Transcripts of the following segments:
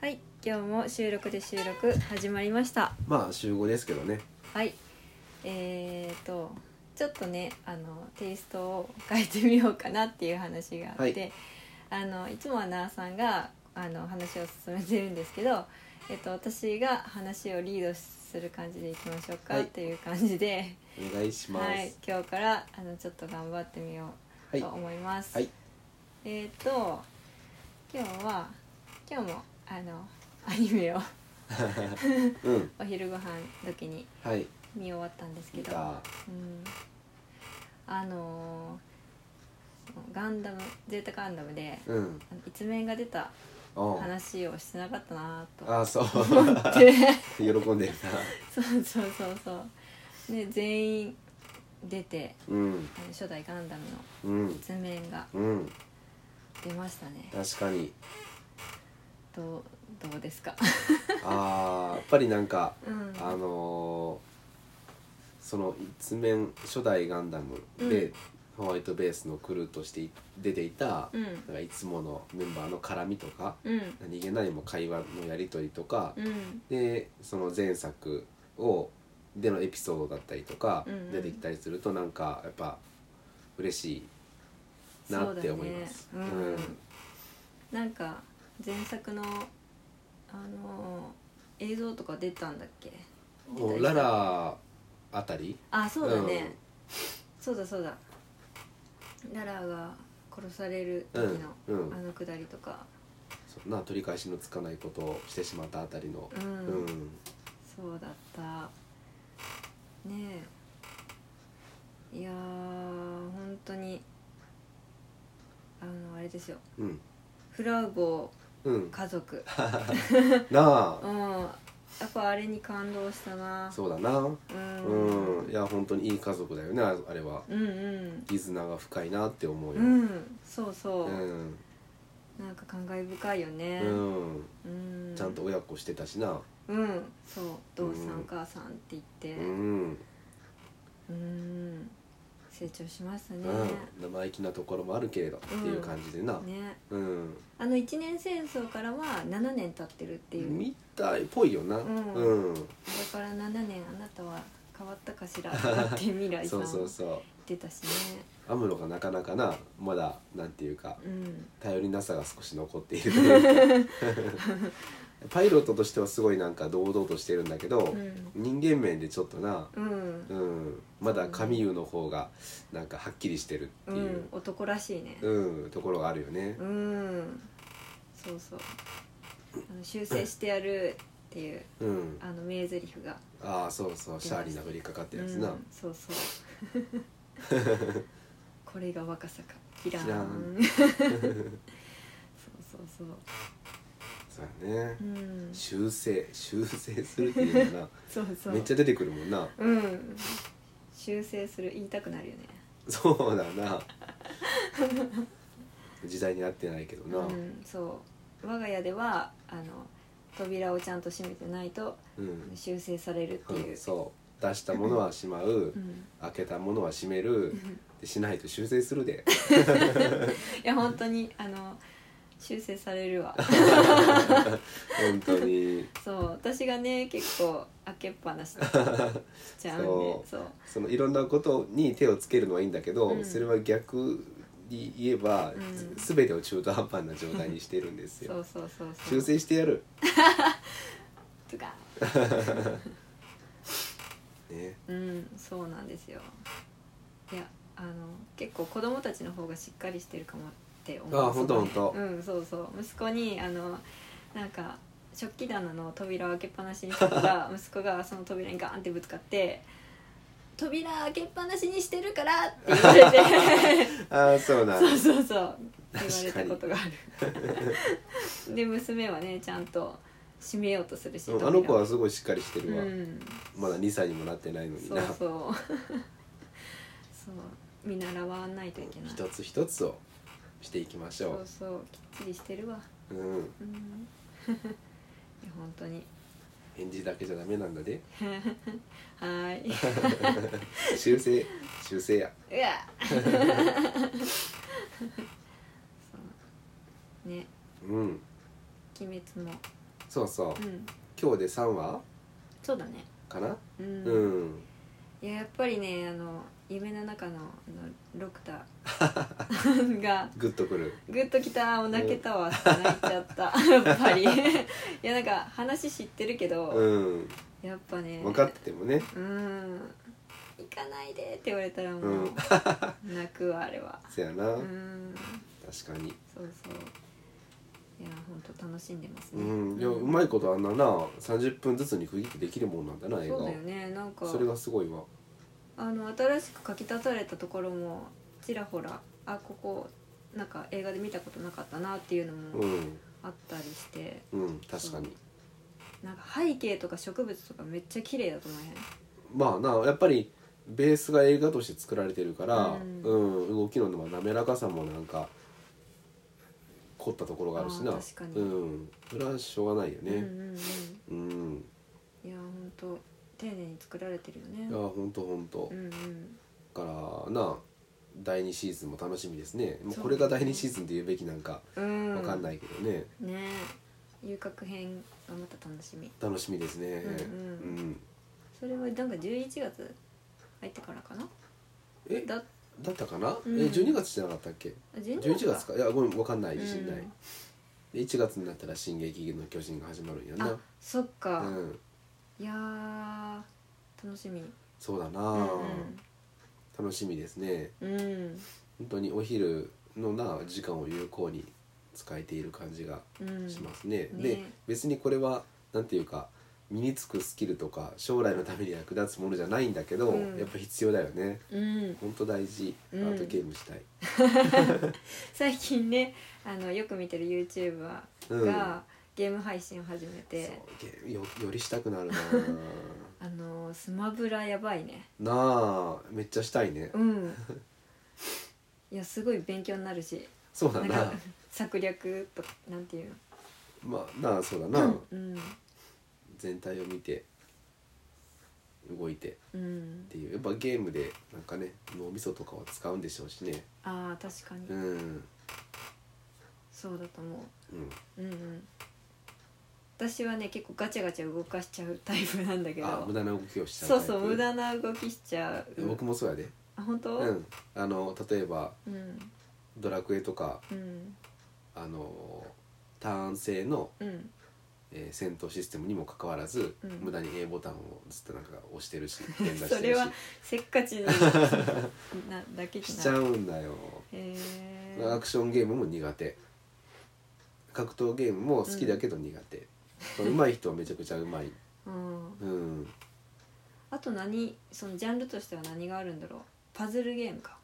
はい今日も収録で収録始まりましたまあ週5ですけどねはいえー、とちょっとねあのテイストを変えてみようかなっていう話があって、い、あのいつもはなあさんがあの話を進めてるんですけど、えっと、私が話をリードする感じでいきましょうか、はいという感じで、お願いしますはい、今日からあのちょっと頑張ってみよはういと思います。はいえー、と今日は今日もあのアニメをうんお昼ご飯時にはい見終わったんですけ見ど、たうん、あのーガンダムゼータガンダムでうんあの一面が出たおう話をしてなかったなーとああそう 喜んでるなそうそうそうそうで全員出てうんあの初代ガンダムのうん図面がうん出ましたね確かにどうどうですかああやっぱりなんかうんあのーその一面初代ガンダムで、うんホワイトベースのクルーとして出ていた、うんなんかいつものメンバーの絡みとかうん何気ないも会話のやり取りとか、うんでその前作をでのエピソードだったりとかうんうん出てきたりするとなんかやっぱ嬉しいなって思います。そうだねうんなんか前作のあのー映像とか出たんだっけうんもうララあたりあそうだね、そうだそうだララが殺される時の、うんうんあのくだりとかそんな取り返しのつかないことをしてしまったあたりの、うん、うんそうだったねえいやー本当にあのあれですようんフラウボうん、家 族なあうんやっぱあれに感動したなそうだなうんうん、いや本当にいい家族だよねああれはうんうん絆が深いなって思ううよ、んそうそうう、んなんか感慨深いよねうんうんちゃんと親子してたしなうんそう「父さん、うん母さん」って言ってうんうん成長しましたね、うん、生意気なところもあるけれどっていう感じでな、ねうんあの一年戦争からは7年経ってるっていうみたいっぽいよな、ううんんこれから7年あなたは変わったかしらとかって未来さ そんうそうそう出たしねアムロがなかなかなまだなんていうかうん頼りなさが少し残っている というかパイロットとしてはすごいなんか堂々としてるんだけど、うん人間面でちょっとな、うん、うん、まだ神優の方がなんかはっきりしてるってう、、いうん男らしいねうんところがあるよねう、んそうそうあの修正してやるっていううん、あの名台詞がああそうそうシャーリーが降りかかってるやつな、うん、そうそう これが若さかキラーンキラーンそうそうそうそうやね、うん修正修正するっていうのかそう そなうめっちゃ出てくるもんなうん修正する言いたくなるよねそうだな時代に合ってないけどな、ううんんそう我が家ではあの扉をちゃんと閉めてないと修正されるっていう、うんそう出したものはしまう、うん開けたものは閉めるでしないと修正するでいや本当にあの修正される わ本当に そう私がね結構開けっぱなしだったしちゃうんで そそうそのいろんなことに手をつけるのはいいんだけど、うんそれは逆に言えば、うんす全てを中途半端な状態にしてるんですそようそうそうそう修正してやるとかねうんそうなんですよいやあの結構子供たちの方がしっかりしてるかもって思うあーほんとそのほんとうんそうそう息子にあのなんか食器棚の扉を開けっぱなしにしてた ら息子がその扉にガーンってぶつかって「扉開けっぱなしにしてるから」って言われて ああそうなんだそうそうそう言われ確かたにことがあるで娘はねちゃんと閉めようとするしうんあの子は扉すごいしっかりしてるわ、うんまだ2歳にもなってないのにそうな そうそう見習わないといけない一つ一つをしていきましそうょそうきっちりしてるわう、うん、うん いや本当に 返事だけじゃダメなんだでは ーい修正修正やうわ そうねうん鬼滅もそうそううん今日で3話そうだねかなう、うんん、いややっぱりねあの夢の中のあのロクタ がグッとくるグッときたもう泣けたわって泣いちゃったやっぱりいやなんか話知ってるけど、うんやっぱね分かっててもねうん行かないでって言われたらもう、うん泣くわあれはそやな、うん確かにそうそういや本当楽しんでますうねんいやうまいことあんなな30分ずつに区切ってできるもんなんだな映画そうだよねなんかそれがすごいわあの新しく書き足されたところもちらほらあここなんか映画で見たことなかったなっていうのうもんあったりして、うん確かになんか背景とか植物とかめっちゃ綺麗だと思えまあなやっぱりベースが映画として作られてるから、ううんん動きの滑らかさもなんか凝ったところがあるしなあー確かにうん、それはしょうがないよへん、ねうんうんうんうん、いや本当丁寧に作られてるよいやねほんとほんと、うんうんだからな第2シーズンも楽しみですねもうそうこれが第2シーズンって言うべきなんかうんわかんないいけどね、ねえ遊郭編がまた楽しみ楽しみですねうんそれはなんか11月入ってからかなうんえだだったかな、うんえ12月じゃなかったっけ11 11月かかいやごめんわかんない自信ない、うんで1月になったら「進撃の巨人」が始まるんやあなそっか、うんいやー楽しみそうだな、楽しみですねうんうん、うん本当にお昼のな時間を有効に使えている感じがうんしますね、うんでね別にこれはなんていうか身につくスキルとか将来のために役立つものじゃないんだけど、うんやっぱ必要だよねうん、本当大事アうんートゲームしたい、最近ねあのよく見てる YouTuber が、うんゲーム配信を始めそうてゲよよりしたくなるな あのスマブラやばいねなあめっちゃしたいねうん いやすごい勉強になるしそうだなんなか策略となんていうまあなあそうだな、のうん全体を見て動いてっうんていうやっぱゲームでなんかね脳みそとかは使うんでしょうしねあー確かに、うんそうだと思うんううんうん私はね結構ガチャガチャ動かしちゃうタイプなんだけどあ無駄な動きをしちゃうそうそうタイプ無駄な動きしちゃう僕もそうやであ本当うんあの例えばうんドラクエとかうんあのターン制の、うんえー戦闘システムにもかかわらず、うん無駄に A ボタンをずっとなんか押し てるし連打しそてれるしはせっか ちになだけじしゃちゃないうんだよへアークションゲームも苦手格闘ゲームも好きだけど苦手、うまい人はめちゃくちゃうまい、うんうん、あと何そのジャンルとしては何があるんだろうパズルゲームか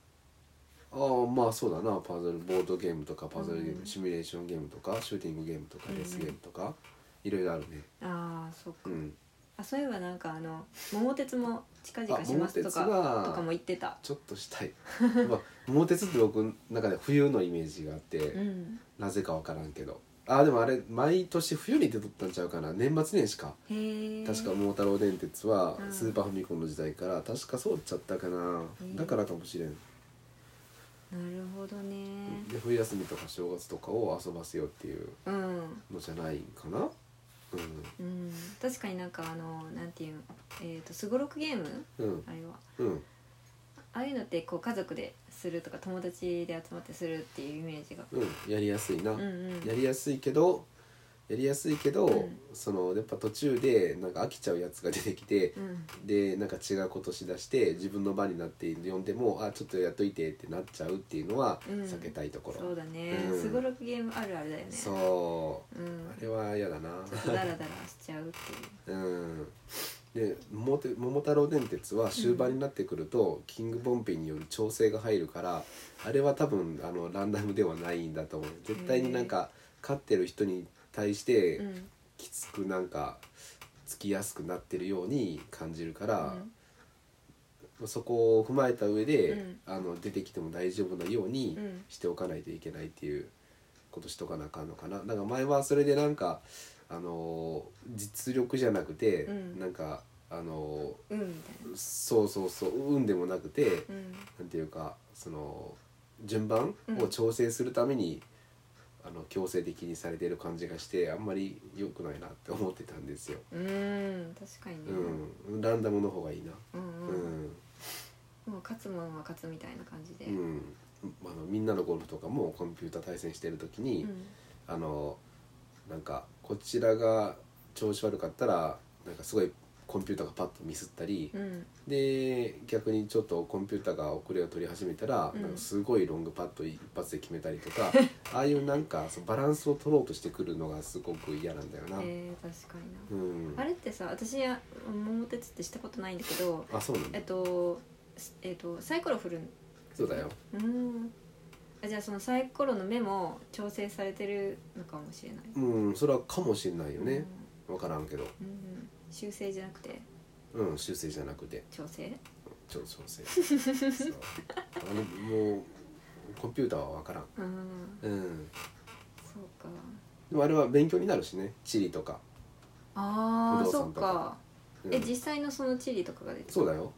ああまあそうだなパズルボードゲームとかパズルゲーム、うんシミュレーションゲームとかシューティングゲームとかうんレースゲームとか、いろいろあるねあーそっか、うんあそういえばなんかあの「桃鉄も近あ々し桃ます」鉄とかとかもは言ってたちょっとしたいまあ桃鉄って僕の中で冬のイメージがあって、うんなぜかわからんけどああでもあれ毎年冬に出とったんちゃうかな年末年始かへえ確か桃太郎電鉄はうんスーパーファミコンの時代から確かそうちゃったかなうんだからかもしれんなるほどねで冬休みとか正月とかを遊ばせようっていううんのじゃないかなうん確かになんかあのなんていうのえっ、とすごろくゲームうんうんあれはうんああいうのってこう家族でするとか友達で集まってするっていうイメージがうんやりやすいな、うんうんやりやすいけどやりやすいけど、うんそのやっぱ途中でなんか飽きちゃうやつが出てきて、うんでなんか違うことしだして自分の番になって呼んでもあちょっとやっといてってなっちゃうっていうのはうん避けたいとこそうろ、だねうんすごろくゲームあるあるだよね、、そううんあれは嫌だなちょっとダラダラしちゃうっていううんで桃鉄桃太郎電鉄は終盤になってくると、キングボンビーによる調整が入るからあれは多分あのランダムではないんだと思う絶対になんか勝ってる人に対してうんきつくなんかつきやすくなってるように感じるから、そこを踏まえた上で、うんあの出てきても大丈夫なようにうんしておかないといけないっていうことしとかなあかんのかな。なんか前はそれでなんかあのー実力じゃなくて、うんなんかあのうんうんみたいーそうそうそう運でもなくて、なうんなんていうかその順番うんを調整するために、あの強制的にされてる感じがしてあんまり良くないなって思ってたんですよ。うん確かにね、うん、ランダムの方がいいな。うんううんんもう勝つものは勝つみたいな感じで、うん、あのみんなのゴルフとかもコンピューター対戦してる時に、うんあのなんかこちらが調子悪かったらなんかすごいコンピューターがパッとミスったり、うんで逆にちょっとコンピューターが遅れを取り始めたら、うんなんかすごいロングパット一発で決めたり とかああいうなんかそのバランスを取ろうとしてくるのがすごく嫌なんだよな。えー、確かにな、うん、あれってさ私や桃鉄ってしたことないんだけどあそうなんだえっとすえっとサイコロ振るんそうだようんあじゃあそのサイコロの目も調整されてるのかもしれないうんそれはかもしれないよね、わからんけどうんうん、修正じゃなくてうん修正じゃなくて調整ちょっと調整 そうあのもうコンピューターは分からんうんうんそうかでもあれは勉強になるしね地理とか、ああ不動そう産とかか、うんえ実際のその地理とかが出てくるそうだよ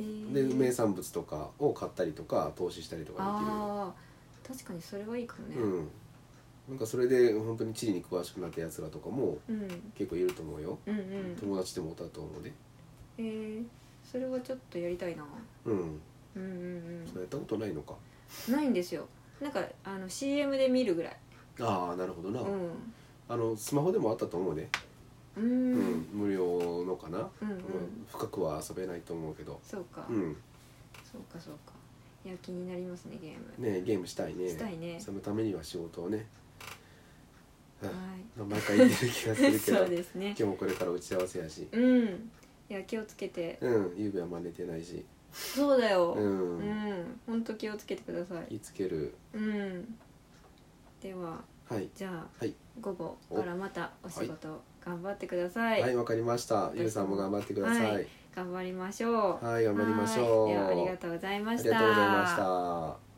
へーで名産物とかを買ったりとか投資したりとかああ確かにそれはいいかもでねきるうんなんかそれで本当に地理に詳しくなったやつらとかもうん、結構いると思うよ、うんうん友達でもおったと思うねえー、それはちょっとやりたいなうんうんうんそれやったことないのかうんないんですよなんかあの CM で見るぐらいああなるほどな、うんあのスマホでもあったと思うね、ううんん、無料のかな、うんううんん、深くは遊べないと思うけどそうか、うんそうかそうかいや気になりますねゲーム、ねゲームしたいねしたいねそのためには仕事をね、うんは毎回言ってる気がするいけ どそうですね今日もこれから打ち合わせやしうんいや気をつけてうんゆうべは真似てないしそうだよう、うんんほんと気をつけてください気つけるうんでははいじゃあ、はい午後からまたお仕事頑張ってくださ、はいいわ、かりましたゆうさんも頑張ってくださいははいい、頑張りましょう頑張りましょうはいではありがとうございまあしりたがとうございました